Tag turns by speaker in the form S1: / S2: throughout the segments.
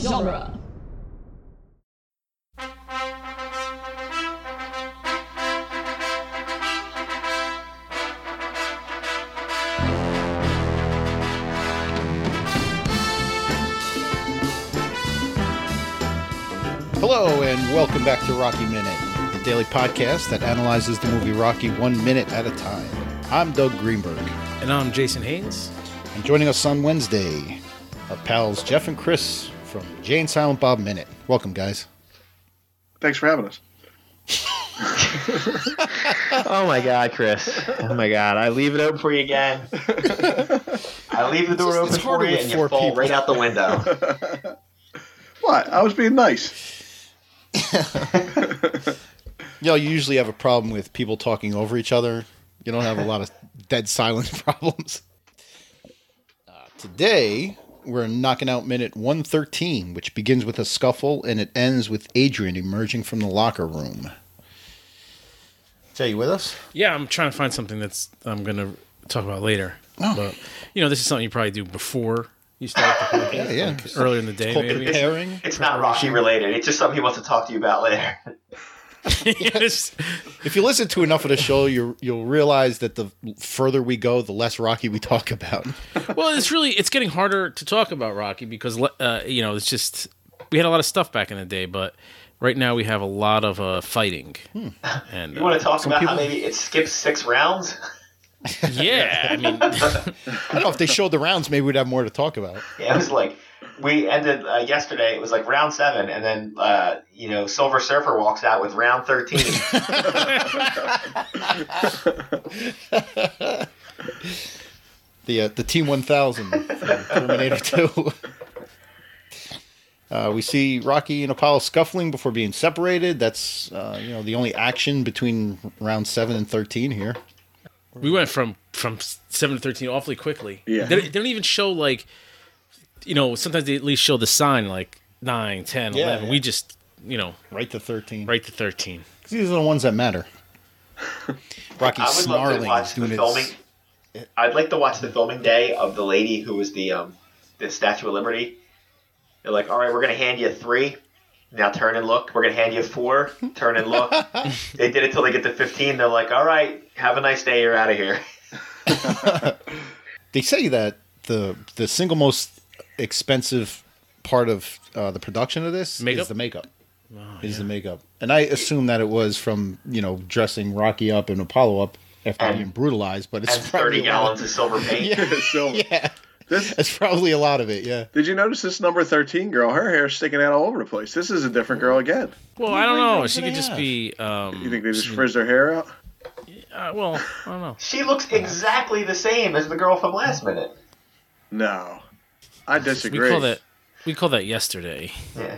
S1: genre.
S2: Hello, and welcome back to Rocky Minute, the daily podcast that analyzes the movie Rocky one minute at a time. I'm Doug Greenberg,
S3: And I'm Jason Hayes.
S2: and joining us on Wednesday are pals Jeff and Chris from Jane Silent Bob Minute. Welcome, guys.
S4: Thanks for having us.
S5: Oh my god, Chris. Oh my god. I leave it open for you again. I leave the door
S2: It's-
S5: open
S2: it's
S5: for
S2: harder
S5: you
S2: with
S5: and you
S2: four
S5: fall
S2: people.
S5: right out the window.
S4: What? I was being nice.
S2: You know, you usually have a problem with people talking over each other. You don't have a lot of dead silence problems. Uh, today, we're knocking out minute 113, which begins with a scuffle and it ends with Adrian emerging from the locker room. Jay, you with us?
S3: Yeah, I'm trying to find something that's I'm gonna talk about later. But you know, this is something you probably do before you start the podcast,
S2: yeah.
S3: like, earlier in the day.
S2: Called
S3: Maybe
S2: preparing.
S5: It's not Rocky related. It's just something he wants to talk to you about later.
S3: Yes.
S2: If you listen to enough of the show, you you'll realize that the further we go, the less Rocky we talk about.
S3: Well, it's really it's getting harder to talk about Rocky because le- uh, you know it's just we had a lot of stuff back in the day, but right now we have a lot of uh, fighting. And
S5: You want
S3: uh,
S5: to talk about how maybe it skips six rounds?
S3: yeah, I mean,
S2: I don't know if they showed the rounds, maybe we'd have more to talk about.
S5: Yeah, it was like we ended uh, yesterday. It was like round seven, and then uh, you know Silver Surfer walks out with round thirteen.
S2: the uh, the T one thousand Terminator two. Uh, we see Rocky and Apollo scuffling before being separated. That's uh, you know the only action between round seven and thirteen here.
S3: we went from from seven to thirteen awfully quickly.
S4: Yeah.
S3: they, they don't even show like, you know, sometimes they at least show the sign like nine, ten, eleven.
S2: Yeah, yeah.
S3: We just you know
S2: Right to thirteen.
S3: right to thirteen.
S2: 'Cause these are the ones that matter. Rocky
S5: I would love
S2: snarling,
S5: to
S2: is
S5: watch the
S2: doing
S5: filming.
S2: his
S5: I'd like to watch the filming day of the lady who was the um, the Statue of Liberty. They're like, all right, we're gonna hand you three. Now turn and look. We're gonna hand you four. Turn and look. they did it till they get to fifteen. They're like, all right, have a nice day. You're out of here.
S2: they say that the the single most expensive part of uh, the production of this
S3: Makeup? Oh,
S2: is the makeup. is the makeup, and I assume that it was from you know dressing Rocky up and Apollo up after
S5: And-
S2: being brutalized, but it's
S5: And
S2: probably
S5: thirty
S2: a lot
S5: gallons of silver paint.
S4: Silver.
S2: Yeah,
S4: This,
S2: it's probably a lot of it. Yeah,
S4: did you notice this number 13 girl? Her hair's sticking out all over the place. This is a different girl again.
S3: Well, I don't know. She
S2: did
S3: could
S2: I
S3: just
S2: have?
S3: be um,
S4: You think they just frizz their hair out?
S3: uh, well, I don't know.
S5: She looks exactly the same as the girl from last minute.
S4: No. I
S3: We
S4: disagree.
S3: call that we call that yesterday.
S5: Yeah.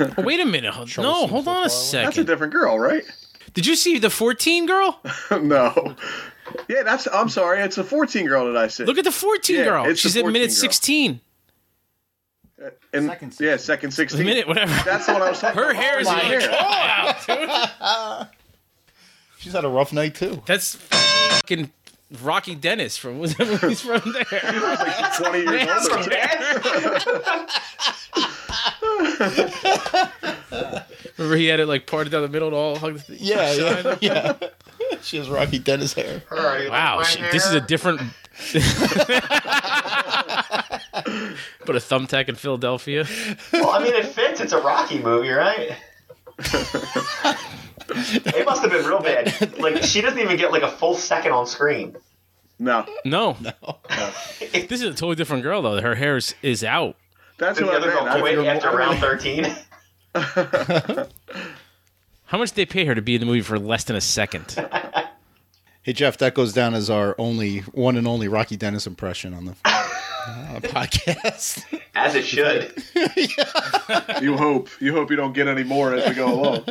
S3: Oh, wait a minute. Hold- No,
S2: Charleston
S3: hold on a
S4: That's a
S3: second.
S4: different girl, right?
S3: Did you see the 14 girl?
S4: no. Yeah, that's. I'm sorry. It's the 14 girl that I said.
S3: Look at the 14
S4: Yeah,
S3: girl.
S4: it's the
S3: She's at
S4: 14
S3: minute
S4: girl.
S3: 16.
S4: and,
S2: Second
S4: Yeah, second 16.
S3: The minute, whatever.
S4: That's the one I was talking
S3: Her
S4: about.
S3: hair is
S4: My
S3: like, oh, wow, dude.
S2: she's had a rough night too.
S3: That's fucking Rocky Dennis from was he's from there.
S4: 20 years older. too.
S3: Remember he had it like parted down the middle and all hugged. The thing?
S2: Yeah, yeah, yeah. she has Rocky Dennis hair.
S3: Wow, she, this is a different. Put a thumbtack in Philadelphia.
S5: Well, I mean, it fits. It's a Rocky movie, right? it must have been real bad. Like she doesn't even get like a full second on screen.
S4: No.
S3: No, this is a totally different girl though. Her hair is, is out.
S4: That's
S5: The
S4: what I
S5: other girl
S4: meant.
S5: quit
S4: I-
S5: after round thirteen.
S3: How much did they pay her to be in the movie for less than a second?
S2: Hey Jeff, that goes down as our only one and only Rocky Dennis impression on the uh, podcast.
S5: As it should.
S4: You hope. You hope you don't get any more as we go along.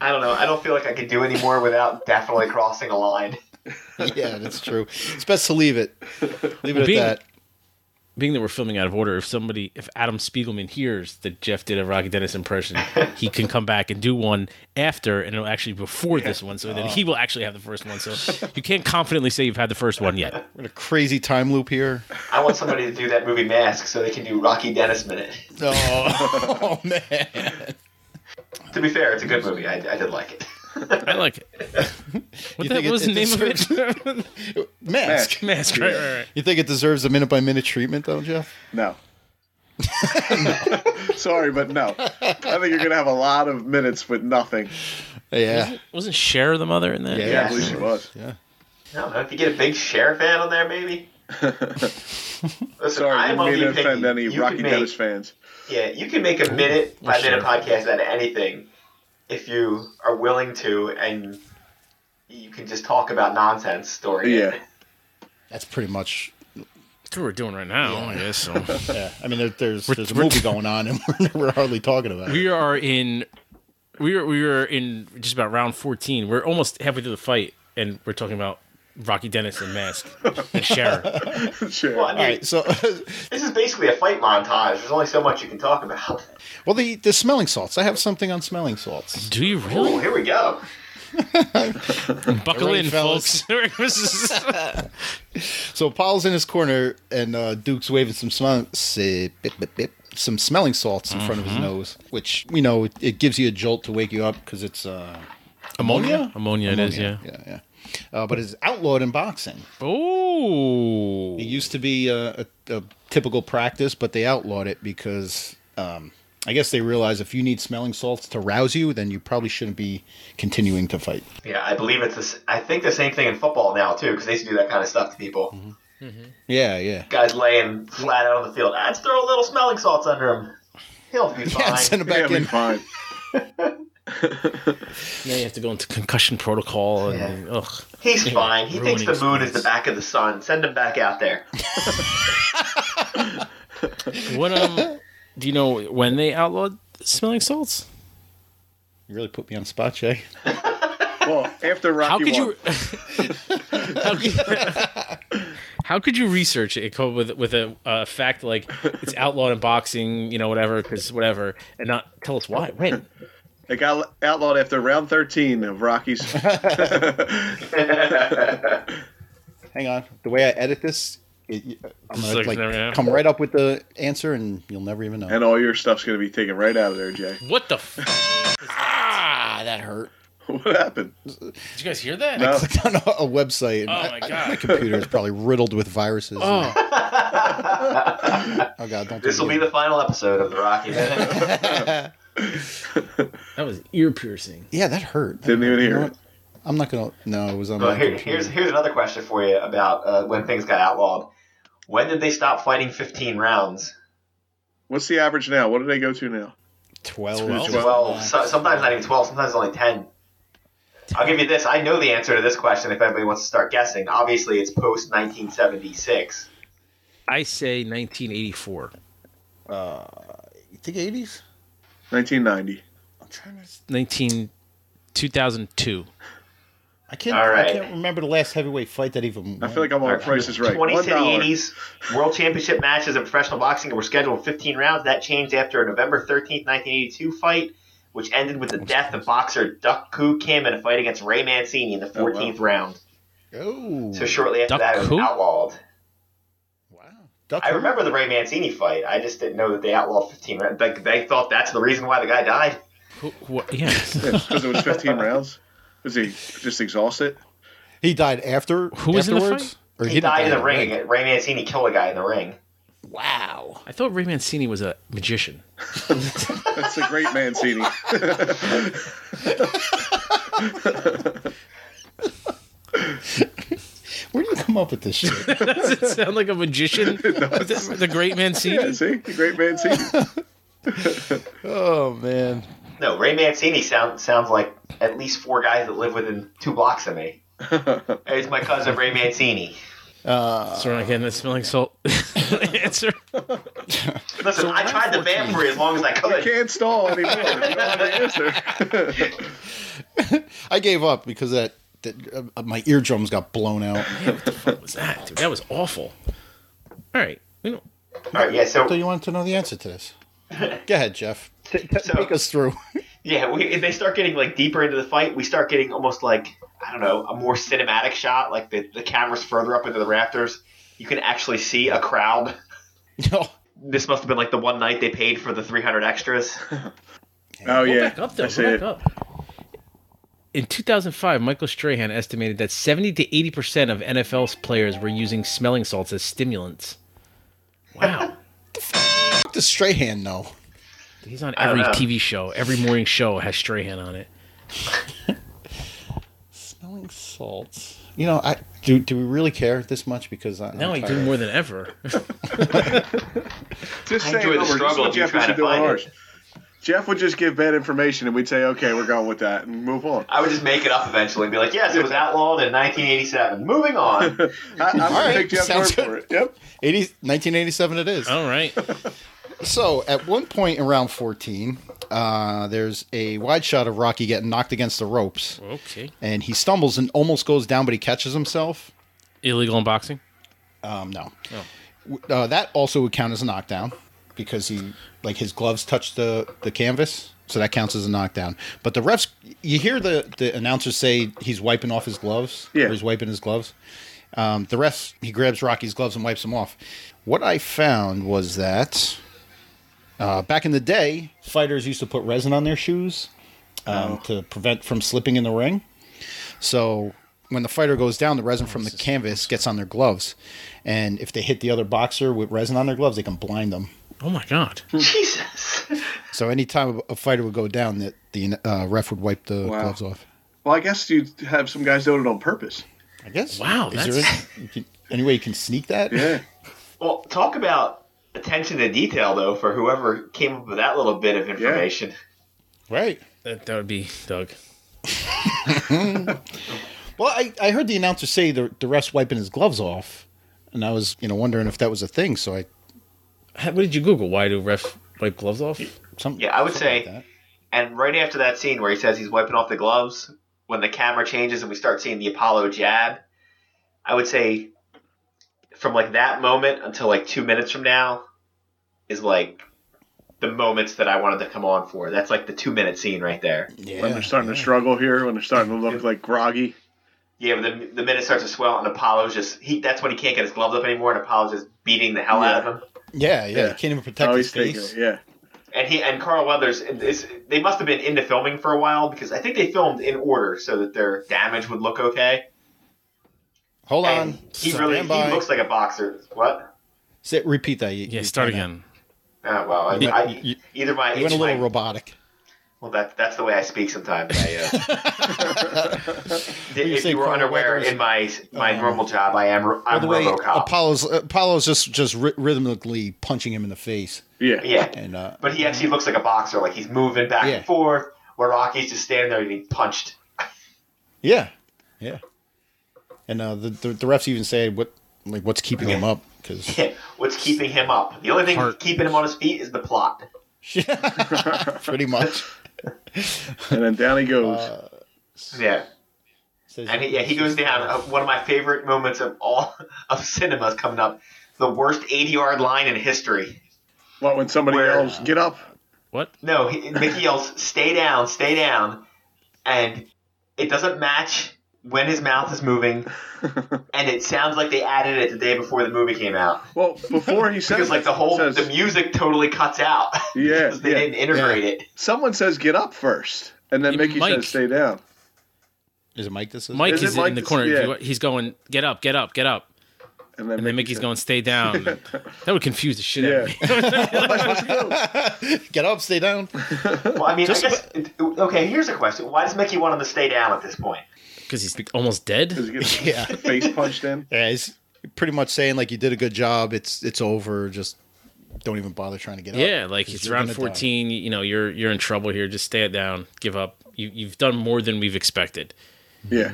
S5: I don't know. I don't feel like I could do any more without definitely crossing a line.
S2: yeah, that's true. It's best to leave it. Leave it
S3: Being-
S2: at that.
S3: Being that we're filming out of order, if somebody, if Adam Spiegelman hears that Jeff did a Rocky Dennis impression, he can come back and do one after, and it'll actually be before this one, so then he will actually have the first one. So you can't confidently say you've had the first one yet.
S2: We're in a crazy time loop here.
S5: I want somebody to do that movie Mask so they can do Rocky Dennis Minute.
S2: Oh, oh, man.
S5: to be fair, it's a good movie. I, I did like it.
S3: I like it. What
S2: You
S3: the
S2: think it-
S3: hell was
S2: it
S3: the name of it?
S2: Mask.
S3: Mask, right, right, right.
S2: You think it deserves a minute by minute treatment, though, Jeff?
S4: No. Sorry, but no. I think you're gonna have a lot of minutes with nothing.
S2: Yeah.
S3: Wasn't Cher the mother in that?
S2: Yeah.
S4: I believe she was.
S2: Yeah.
S5: No, if you get a big Cher fan on there, maybe. Listen,
S4: Sorry, I
S5: I'm
S4: didn't mean
S5: only
S4: to
S5: picky.
S4: offend any
S5: you could
S4: Rocky
S5: make,
S4: Dennis fans.
S5: Yeah, you can make a minute by minute
S3: sure.
S5: podcast out of anything if you are willing to, and you can just talk about nonsense story.
S4: Yeah.
S2: That's pretty much.
S3: That's what we're doing right now, I guess. So.
S2: Yeah. I mean, there, there's
S3: We're-
S2: there's a
S3: we're-
S2: movie going on, and we're, we're hardly talking about it.
S3: we are in, we are we are in just about round fourteen. We're almost halfway through the fight, and we're talking about Rocky Dennis and Mask and Cher.
S4: sure.
S5: Well, I mean,
S2: All right. So,
S5: this is basically a fight montage. There's only so much you can talk about.
S2: well, the the smelling salts. I have something on smelling salts.
S3: Do you
S5: Ooh,
S3: really
S5: here we go.
S3: buckle
S2: Alright,
S3: in,
S2: fellas.
S3: folks? This is-
S2: So Paul's in his corner, and uh, Duke's waving some smelling si- bip, bip, bip, some smelling salts in front of
S3: Mm-hmm.
S2: his nose, which you know it, it gives you a jolt to wake you up because it's uh,
S3: ammonia, ammonia, it is. Yeah.
S2: yeah, yeah. Uh, but it's outlawed in boxing.
S3: Oh,
S2: It used to be a, a, a typical practice, but they outlawed it because um, I guess they realized if you need smelling salts to rouse you, then you probably shouldn't be continuing to fight.
S5: Yeah, I believe it's. This, I think the same thing in football now too, because they used to do that kind of stuff to people.
S2: Yeah, yeah.
S5: Guys laying flat out on the field. I'd throw a little smelling salts under him. He'll be fine.
S2: Yeah, send him
S4: yeah,
S2: back
S4: it'll be
S2: in.
S4: fine.
S3: now you have to go into concussion protocol, and ugh.
S5: He's fine. He
S3: ruining
S5: thinks the moon is
S3: sports.
S5: the back of the sun. Send him back out there.
S3: What um, do you know when they outlawed smelling salts?
S2: You really put me on the spot, Jay.
S4: Well, after Rocky
S3: How could
S4: won,
S3: you? how, could, how could you research it? and Come up with with a uh, fact like it's outlawed in boxing, you know, whatever, because whatever, and not tell us why. When?
S4: it got outlawed after round 13 of Rocky's.
S2: Hang on. The way I edit this, it, I'm
S3: Just
S2: gonna
S3: like
S2: like,
S3: never know.
S2: come right up with the answer, and you'll never even know.
S4: and all your stuff's going to be taken right out of there, Jay.
S3: What the? F- ah, that hurt.
S4: What happened?
S3: Did you guys hear that?
S4: No.
S2: clicked on a, a website. And
S3: Oh
S2: I-
S3: my
S2: I-
S3: God.
S2: my computer is probably riddled with viruses. Oh,
S3: Oh,
S2: God, don't.
S5: This will be the final episode of the Rocky. Minute.
S2: the.
S3: that was ear piercing.
S2: yeah, that hurt.
S4: Didn't even hear
S2: know
S4: it.
S2: what? I'm not gonna. No, it was on. my
S5: But here,
S2: computer.
S5: here's here's another question for you about uh, when things got outlawed. When did they stop fighting 15 rounds?
S4: What's the average now? What do they go to now?
S2: twelve.
S4: Twelve.
S5: 12. So, sometimes not even 12. Sometimes only 10. I'll give you this. I know the answer to this question if anybody wants to start guessing. Obviously, it's post 1976.
S3: I say 1984,
S2: You think eighties?
S4: 1990.
S2: I'm trying to.
S3: 19, 2002.
S2: I can't.
S5: All
S2: I
S5: right.
S2: can't remember the last heavyweight fight that even.
S4: I feel like I'm on Price is Right.
S5: 20 to the
S4: $1.
S5: 80s, world championship matches in professional boxing were scheduled 15 rounds. That changed after a November 13th, 1982 fight, which ended with the death of boxer Duck Koo Kim in a fight against Ray Mancini in the 14th round.
S2: Oh.
S5: So shortly after
S3: Duck
S5: that, it was
S3: Koo?
S5: outlawed.
S2: wow. Duck
S5: I remember the Ray Mancini fight. I just didn't know that they outlawed 15 rounds. Like, they thought that's the reason why the guy died.
S3: Who, who, yeah.
S4: Because it was 15 rounds. Was he just exhausted?
S2: He died after.
S3: Who was in the
S2: afterwards?
S3: fight?
S2: Or
S5: He,
S2: didn't
S5: died
S2: die
S5: in the ring. Ray Mancini killed a guy in the ring.
S2: Wow.
S3: I thought Ray Mancini was a magician.
S4: That's the great Mancini.
S2: Where do you come up with this shit?
S3: Does it sound like a magician? the, the great Mancini.
S4: yeah, see? The great Mancini.
S2: oh man.
S5: No, Ray Mancini sound, sounds like at least four guys that live within two blocks of me. it's my cousin Ray Mancini.
S3: So we're not getting the smelling salt answer.
S5: Listen, I tried to ban for you as long as I could.
S4: Can't stall anymore. You don't have the answer.
S2: I gave up because that, that uh, my eardrums got blown out.
S3: What was that, dude? That was awful. All right, we don't.
S5: All right, yeah.
S2: So
S5: So
S2: you wanted to know the answer to this? Go ahead, Jeff. T- t-
S5: So-
S2: take us through.
S5: yeah, we, if they start getting like deeper into the fight, we start getting almost like I don't know a more cinematic shot, like the the camera's further up into the rafters, you can actually see a crowd.
S2: No.
S5: This must have been like the one night they paid for the 300 extras.
S4: Oh
S3: Go
S4: yeah,
S3: back up though.
S4: I see
S3: Go
S4: it.
S3: back up. In 2005, Michael Strahan estimated that 70 to 80 percent of NFL's players were using smelling salts as stimulants. Wow,
S2: Fuck the Strahan know?
S3: he's on
S5: I don't
S3: every
S5: know.
S3: TV show. Every morning show has Strahan on it.
S2: Smelling salts. You know, I do. Do we really care this much? Because I,
S3: Now
S2: I'm
S3: he
S2: tired.
S3: do more than ever.
S4: Just saying
S5: I enjoy the
S4: numbers. This is
S5: struggle
S4: what
S5: of you
S4: Jeff
S5: trying
S4: used to
S5: to
S4: do on
S5: find
S4: ours. Jeff would just give bad information, and we'd say, "Okay, we're going with that," and move on.
S5: I would just make it up eventually and be like, yes, it was outlawed in 1987. Moving on.
S4: I, I'm gonna
S2: right,
S4: take Jeff's
S2: sounds
S4: word
S2: good.
S4: for it. Yep.
S2: 80, 1987 it is.
S3: All right,
S2: So at one point around 14, uh, there's a wide shot of Rocky getting knocked against the ropes,
S3: okay.
S2: and he stumbles and almost goes down, but he catches himself.
S3: Illegal unboxing.
S2: Um, no, W- uh, that also would count as a knockdown because he like his gloves touched the the canvas, so that counts as a knockdown. But the refs, you hear the the announcers say he's wiping off his gloves.
S4: Yeah.
S2: or he's wiping his gloves. Um, the refs, he grabs Rocky's gloves and wipes them off. What I found was that uh, back in the day, fighters used to put resin on their shoes um, to prevent from slipping in the ring. So when the fighter goes down, the resin from the canvas gets on their gloves, and if they hit the other boxer with resin on their gloves, they can blind them.
S3: Oh my god.
S5: Jesus.
S2: So anytime a fighter would go down, that the uh, ref would wipe the
S4: Wow.
S2: gloves off.
S4: Well, I guess you have some guys doing it on purpose.
S2: I guess.
S3: Wow,
S2: Is
S3: that's-
S2: there any, you can- any way you can sneak that?
S4: Yeah.
S5: Well, talk about attention to detail, though, for whoever came up with that little bit of information.
S2: Right.
S3: That, that would be Doug.
S2: Well, I, I heard the announcer say the the ref's wiping his gloves off, and I was you know wondering if that was a thing. So I
S3: How- What did you Google? Why do ref wipe gloves off?
S2: some
S5: Yeah, I would
S2: something like
S5: say-
S2: that.
S5: And right after that scene where he says he's wiping off the gloves, when the camera changes and we start seeing the Apollo jab, I would say from like that moment until like two minutes from now is like the moments that I wanted to come on for. That's like the two minute scene right there.
S2: yeah,
S4: when they're starting
S2: yeah.
S4: to struggle here, when they're starting to look like groggy.
S5: Yeah, but the, the minute starts to swell and Apollo's just he that's when he can't get his gloves up anymore and Apollo's just beating the hell out of him.
S2: Yeah, yeah,
S4: Yeah.
S2: You can't even protect
S4: Oh,
S2: his
S4: he's taking
S2: face.
S4: it. Yeah.
S5: And he and Carl Weathers is they must have been into filming for a while because I think they filmed in order so that their damage would look okay.
S2: Hold
S5: And
S2: on.
S5: he
S2: Stand
S5: really he
S2: by.
S5: looks like a boxer. What?
S2: Say- repeat that. You,
S3: Yeah,
S2: you
S3: start
S2: kinda-
S3: again.
S5: Oh, well, I,
S2: You-
S5: I,
S2: you-
S5: either my
S2: You went a
S5: itch
S2: little
S5: might-
S2: robotic.
S5: well, that that's the way I speak sometimes. I, uh,
S2: you
S5: if
S2: say
S5: you were
S2: Carl
S5: unaware,
S2: Weathers-
S5: in my my
S2: Uh,
S5: normal job, I am ro-
S2: By
S5: I'm
S2: the way,
S5: RoboCop.
S2: Apollo's Apollo's just just ry- rhythmically punching him in the face,
S4: Yeah.
S5: yeah,
S2: and uh,
S5: but he actually looks like a boxer. Like he's moving back
S2: Yeah.
S5: and forth. Where Rocky's just standing there getting punched.
S2: yeah, yeah, and uh, the, the the refs even say what like what's keeping him up because
S5: What's keeping him up? The only thing
S3: Heart.
S5: keeping him on his feet is the plot.
S2: pretty much
S4: And then down he goes.
S5: Yeah.
S2: says,
S5: And he, yeah, he goes down. Uh, one of my favorite moments of all of cinema is coming up. The worst 80 yard line in history.
S4: what when somebody
S5: Where-
S4: yells, "Get up!"
S3: What?
S5: No, he, Mickey yells, stay down, stay down. And it doesn't match when his mouth is moving. And it sounds like they added it the day before the movie came out.
S4: Well, before he says,
S5: Because, like, the
S4: it,
S5: whole,
S4: says,
S5: the music totally cuts out.
S4: yeah,
S5: Because they
S4: yeah.
S5: didn't integrate it.
S4: Someone says, "Get up" first, and then
S3: Yeah,
S4: Mickey
S3: Mike.
S4: says, "Stay down."
S2: is it Mike? This is
S3: Mike
S4: Is
S3: is,
S4: it Mike
S3: in the
S4: that's-
S3: corner. If
S4: yeah.
S3: you- He's going, get up, get up, get up.
S4: And then,
S3: And then Mickey's going, stay down. that would confuse the shit out of me.
S2: Get up, stay down.
S5: Well, I mean, I
S2: Just
S5: guess. Okay, here's a question. Why does Mickey want him to stay down at this point?
S3: Because he's almost dead.
S4: Does he get
S2: Yeah.
S4: face punched in?
S2: Yeah, he's pretty much saying like you did a good job. It's it's over. Just don't even bother trying to get up.
S3: Yeah, like
S2: 'cause
S3: it's
S2: you're
S3: around
S2: gonna die.
S3: 14. You know, you're you're in trouble here. Just stay it down. Give up. You, you've done more than we've expected.
S4: Yeah.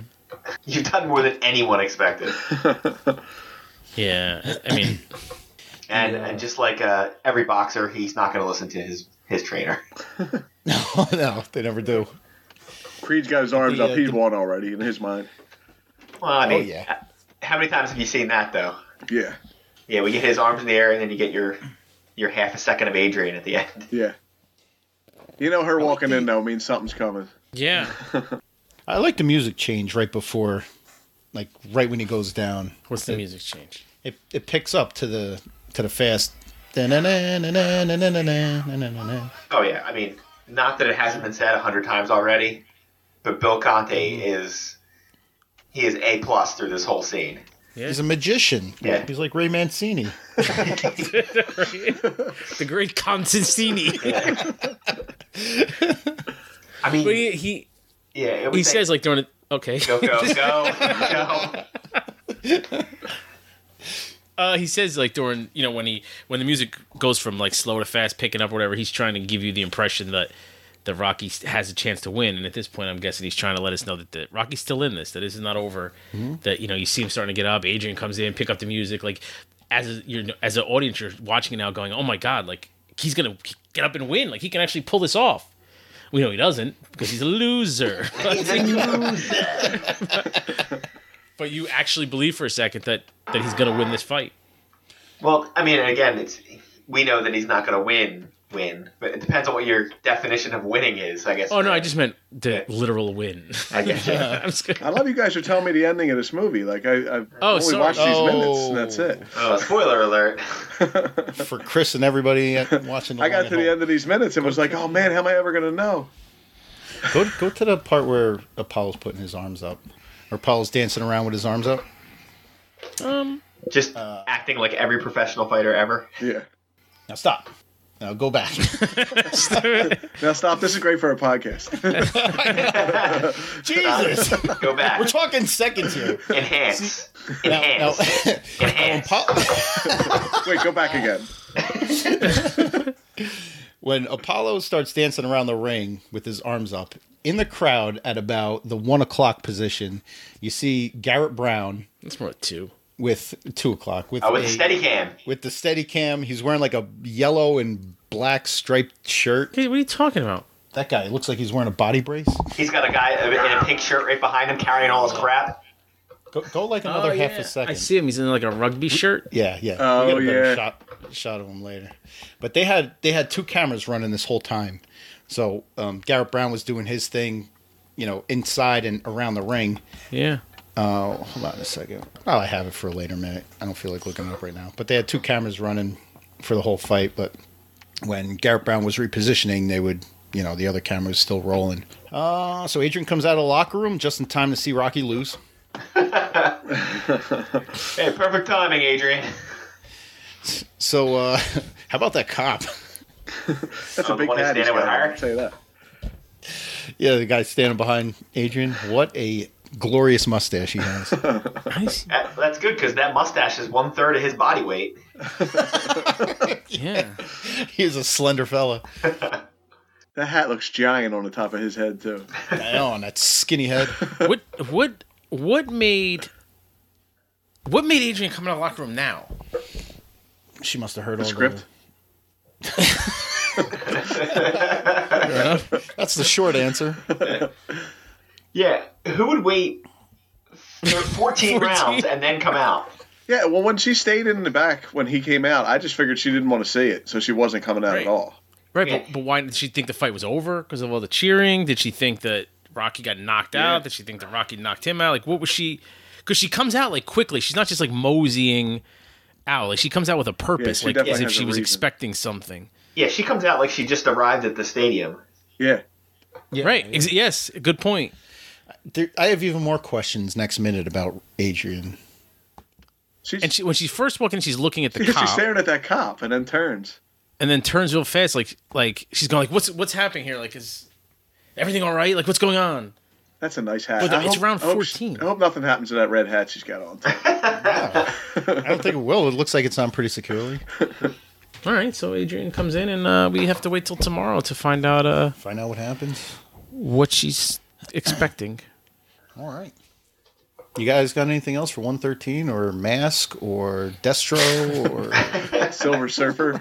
S5: You've done more than anyone expected.
S3: Yeah, I mean,
S5: And, and just like uh, every boxer, he's not going to listen to his, his trainer.
S2: No, no, they never do.
S4: Creed's got his arms
S2: The,
S4: up.
S2: uh,
S4: He's
S2: the-
S4: won already in his mind.
S5: Well, I mean,
S2: Oh, yeah.
S5: how many times have you seen that though?
S4: Yeah.
S5: Yeah, we get his arms in the air, and then you get your your half a second of Adrian at the end.
S4: Yeah. You know, her walking in though means something's coming.
S3: yeah,
S2: I like the music change right before, like right when he goes down.
S3: What's the music change?
S2: It it picks up to the to the fast. Da-na-na-na-na-na-na-na-na-na-na-na.
S5: Oh yeah, I mean, not that it hasn't been said a hundred times already, but Bill Conte
S2: Mm-hmm.
S5: is he is a plus through this whole scene.
S2: He's a magician.
S5: Yeah.
S2: He's like Ray Mancini.
S3: the great Constantini.
S5: I mean,
S3: but he he,
S5: yeah, it was
S3: he says like during it. Okay.
S5: go go go go.
S3: Uh, he says like during you know when he when the music goes from like slow to fast, picking up or whatever, he's trying to give you the impression that the Rocky has a chance to win. And at this point, I'm guessing he's trying to let us know that the Rocky's still in this, that this is not over. That you know you see him starting to get up. Adrian comes in, pick up the music. Like as a, you're as an audience, you're watching it now, going, oh my god, like he's gonna get up and win. Like he can actually pull this off. We know he doesn't because he's a loser.
S5: He's a loser.
S3: but you actually believe for a second that that he's gonna win this fight.
S5: Well, I mean, again, it's we know that he's not going to win win, but it depends on what your definition of winning is, I guess.
S3: Oh no, I just meant the literal win.
S5: I guess.
S3: Yeah, I'm just kidding.
S4: I love you guys are telling me the ending of this movie. Like I, I've
S3: Oh,
S4: only
S3: sorry.
S4: watched these
S2: Oh.
S4: minutes, and that's it.
S5: Oh, spoiler alert.
S2: For Chris and everybody at- watching.
S4: I
S2: along
S4: got to
S2: at
S4: the
S2: home.
S4: end of these minutes and was like, "Oh man, how am I ever gonna know?"
S2: Go go to the part where Apollo's putting his arms up, or Apollo's dancing around with his arms up.
S3: Um,
S5: Just acting like every professional fighter ever.
S4: Yeah.
S2: Now stop. Now go back.
S4: Now stop. This is great for a podcast.
S2: Jesus,
S5: Go back.
S2: we're talking seconds here.
S5: Enhance.
S2: Now, now,
S5: Enhance.
S2: when,
S5: Enhance.
S2: Apollo,
S4: Wait, go back again.
S2: when Apollo starts dancing around the ring with his arms up in the crowd at about the one o'clock position, you see Garrett Brown
S3: that's more like two.
S2: with two o'clock with
S5: Oh, with
S2: a-
S5: steady cam.
S2: with the steady cam. He's wearing like a yellow and black striped shirt.
S3: Hey, what are you talking about?
S2: That guy looks like he's wearing a body brace.
S5: He's got a guy in a pink shirt right behind him carrying all his crap.
S2: Go, go like another half a second.
S3: Oh, I see him. He's in like a rugby shirt.
S2: Yeah, yeah.
S4: Oh,
S2: we get a better
S4: yeah.
S2: Shot, shot of him later. But they had they had two cameras running this whole time. So um, Garrett Brown was doing his thing, you know, inside and around the ring.
S3: Yeah.
S2: Oh, hold on a second. Oh, I have it for a later minute. I don't feel like looking it up right now. But they had two cameras running for the whole fight. But when Garrett Brown was repositioning, they would, you know, the other camera was still rolling. Uh, so Adrian comes out of the locker room just in time to see Rocky lose.
S5: Hey, perfect timing, Adrian.
S2: So uh, how about that cop?
S4: That's a
S5: Oh, the
S4: big
S5: one that's
S4: daddy's
S5: standing with
S4: guy,
S5: her?
S4: I'll tell you that.
S2: Yeah, the guy standing behind Adrian. What a glorious mustache he has.
S3: Nice.
S5: That- that's good because that mustache is one third of his body weight.
S3: Yeah.
S2: he is a slender fella.
S4: That hat looks giant on the top of his head too.
S2: I know, and that skinny head.
S3: what? What? What made? What made Adrian come out of the locker room now?
S2: She must have heard
S4: The
S2: all
S4: script.
S2: That's the short answer.
S5: Yeah, who would wait for 14 rounds and then come out?
S4: Yeah. Well, when she stayed in the back when he came out, I just figured she didn't want to see it, so she wasn't coming out
S3: Right.
S4: at all.
S3: Right.
S5: Yeah.
S3: But, but why did she think the fight was over? Because of all the cheering? Did she think that Rocky got knocked out? Did she think that Rocky knocked him out? Like, what was she? Because she comes out like quickly. She's not just like moseying out. Like she comes out with a purpose.
S4: she
S3: like
S4: definitely
S3: as if
S4: has
S3: she
S4: a
S3: was
S4: reason.
S3: expecting something.
S5: Yeah, she comes out like she just arrived at the stadium.
S4: Yeah.
S3: right. Ex- yes. Good point.
S2: There, I have even more questions next minute about Adrian.
S4: She's,
S3: And she, when she's first walking, she's looking at the
S4: because
S3: cop,
S4: she's staring at that cop and then turns.
S3: and then turns real fast, like like she's going like, "What's what's happening here? Like, is everything all right? Like, what's going on?"
S4: That's a nice hat.
S3: But
S4: I
S3: it's round
S4: I she-
S3: 14.
S4: I hope nothing happens to that red hat she's got on.
S2: I don't think it will. It looks like it's on pretty securely.
S3: All right, so Adrian comes in, and uh, we have to wait till tomorrow to find out uh,
S2: Find out what happens.
S3: what she's expecting.
S2: All right. You guys got anything else for 113 or Mask or Destro or
S4: Silver Surfer.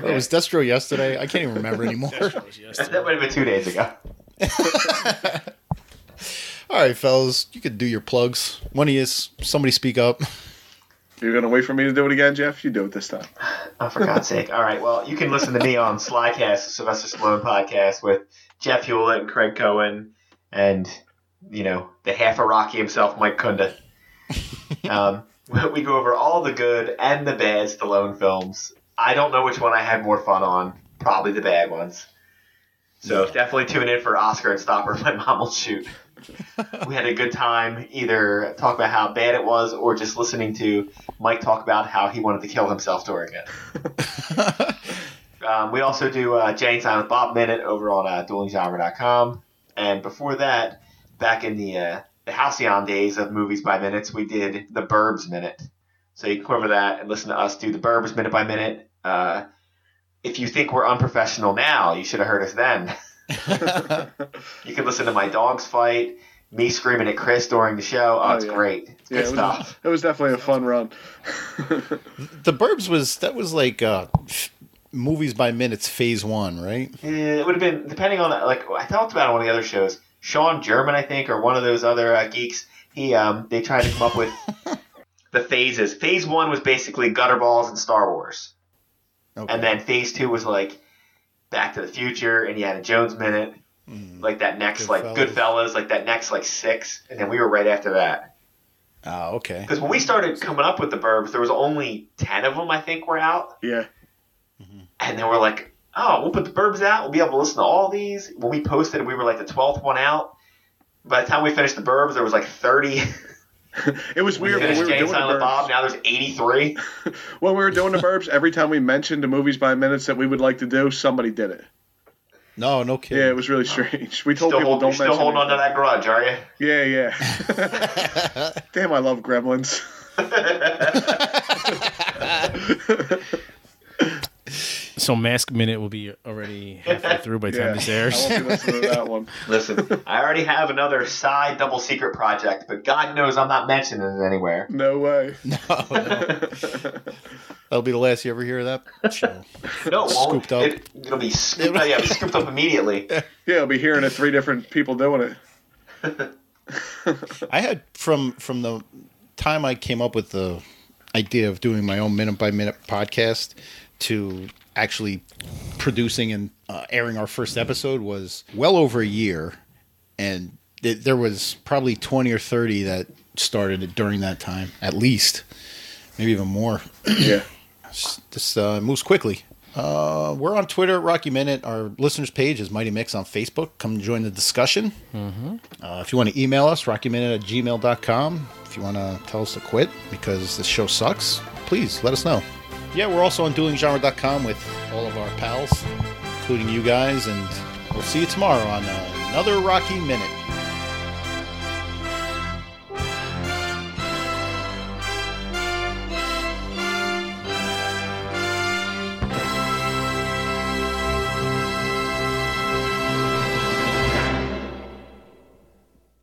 S2: oh, it was Destro yesterday? I can't even remember anymore.
S5: That would have been two days ago.
S2: All right, fellas, you could do your plugs. One of you, somebody speak up.
S4: You're gonna wait for me to do it again, Jeff? You do it this time.
S5: Oh, for God's sake. All right. Well, you can listen to me on Slycast, the Sylvester Stallone podcast with Jeff Hewlett and Craig Cohen and, you know, the half a Rocky himself, Mike Kunda. Um, we go over all the good and the bad Stallone films. I don't know which one I had more fun on. Probably the bad ones. So definitely tune in for Oscar and Stopper. My mom will shoot. we had a good time either talk about how bad it was or just listening to Mike talk about how he wanted to kill himself during it. um, we also do uh, Jane's Silent Bob Minute over on uh, duelinggenre.com. And before that, back in the uh, the halcyon days of movies by minutes, we did the Burbs Minute. So you can go over that and listen to us do the Burbs Minute by Minute. Uh, if you think we're unprofessional now, you should have heard us then. You can listen to my dogs fight, me screaming at Chris during the show. Oh,
S4: Oh,
S5: it's
S4: yeah.
S5: great. It's
S4: Yeah,
S5: good
S4: it was,
S5: stuff.
S4: it was definitely a fun run.
S2: the Burbs was that was like uh, movies by minutes phase one, right?
S5: Eh, It would have been depending on like I talked about on one of the other shows. Sean German, I think, or one of those other uh, geeks. He um, they tried to come up with the phases. Phase one was basically gutter balls and Star Wars,
S2: Okay.
S5: and then phase two was like Back to the Future, Indiana Jones minute,
S2: Mm.
S5: like that next like
S2: Goodfellas.
S5: Goodfellas, like that next like six, and then we were right after that.
S2: Ah, okay.
S5: Because when we started coming up with the burbs, there was only ten of them I think were out,
S4: Yeah,
S5: and then we're like, oh, we'll put the burbs out. We'll be able to listen to all these. When we posted, we were like the twelfth one out. By the time we finished the burbs, there was like thirty.
S4: it was
S5: We
S4: weird when we
S5: finished
S4: were doing
S5: James
S4: the
S5: Silent
S4: burbs.
S5: Bob. Now there's eighty-three.
S4: When we were doing the burbs, every time we mentioned the movies by minutes that we would like to do, somebody did it.
S2: No, no
S4: Yeah, it
S2: kidding.
S4: was really strange. We told
S5: Still,
S4: people
S5: hold,
S4: don't
S5: you're still
S4: mention.
S5: holding on to
S4: anything.
S5: that grudge, are you?
S4: Yeah, yeah. Damn, I love Gremlins.
S3: So Mask Minute will be already halfway through by the time
S4: Yeah,
S3: this
S4: I
S3: airs.
S4: won't be listening to that one.
S5: Listen, I already have another side double secret project, but God knows I'm not mentioning it anywhere.
S4: No way.
S2: No, no. That'll be the last you ever hear of that show.
S5: No, it won't.
S2: Scooped up.
S5: It, it'll be scooped up. Yeah, it'll be scooped up immediately.
S4: Yeah, I'll be hearing it three different people doing it.
S2: I had from from the time I came up with the idea of doing my own minute by minute podcast to actually producing and uh, airing our first episode was well over a year, and th- there was probably twenty or thirty that started it during that time, at least, maybe even more.
S4: Yeah.
S2: This uh, moves quickly. Uh, we're on Twitter at Rocky Minute. Our listeners page is Mighty Mix on Facebook. Come join the discussion. Uh, if you want to email us, rockyminute at gmail.com. If you want to tell us to quit because this show sucks, please let us know. Yeah, we're also on duelinggenre.com with all of our pals, including you guys, and we'll see you tomorrow on uh, another Rocky Minute.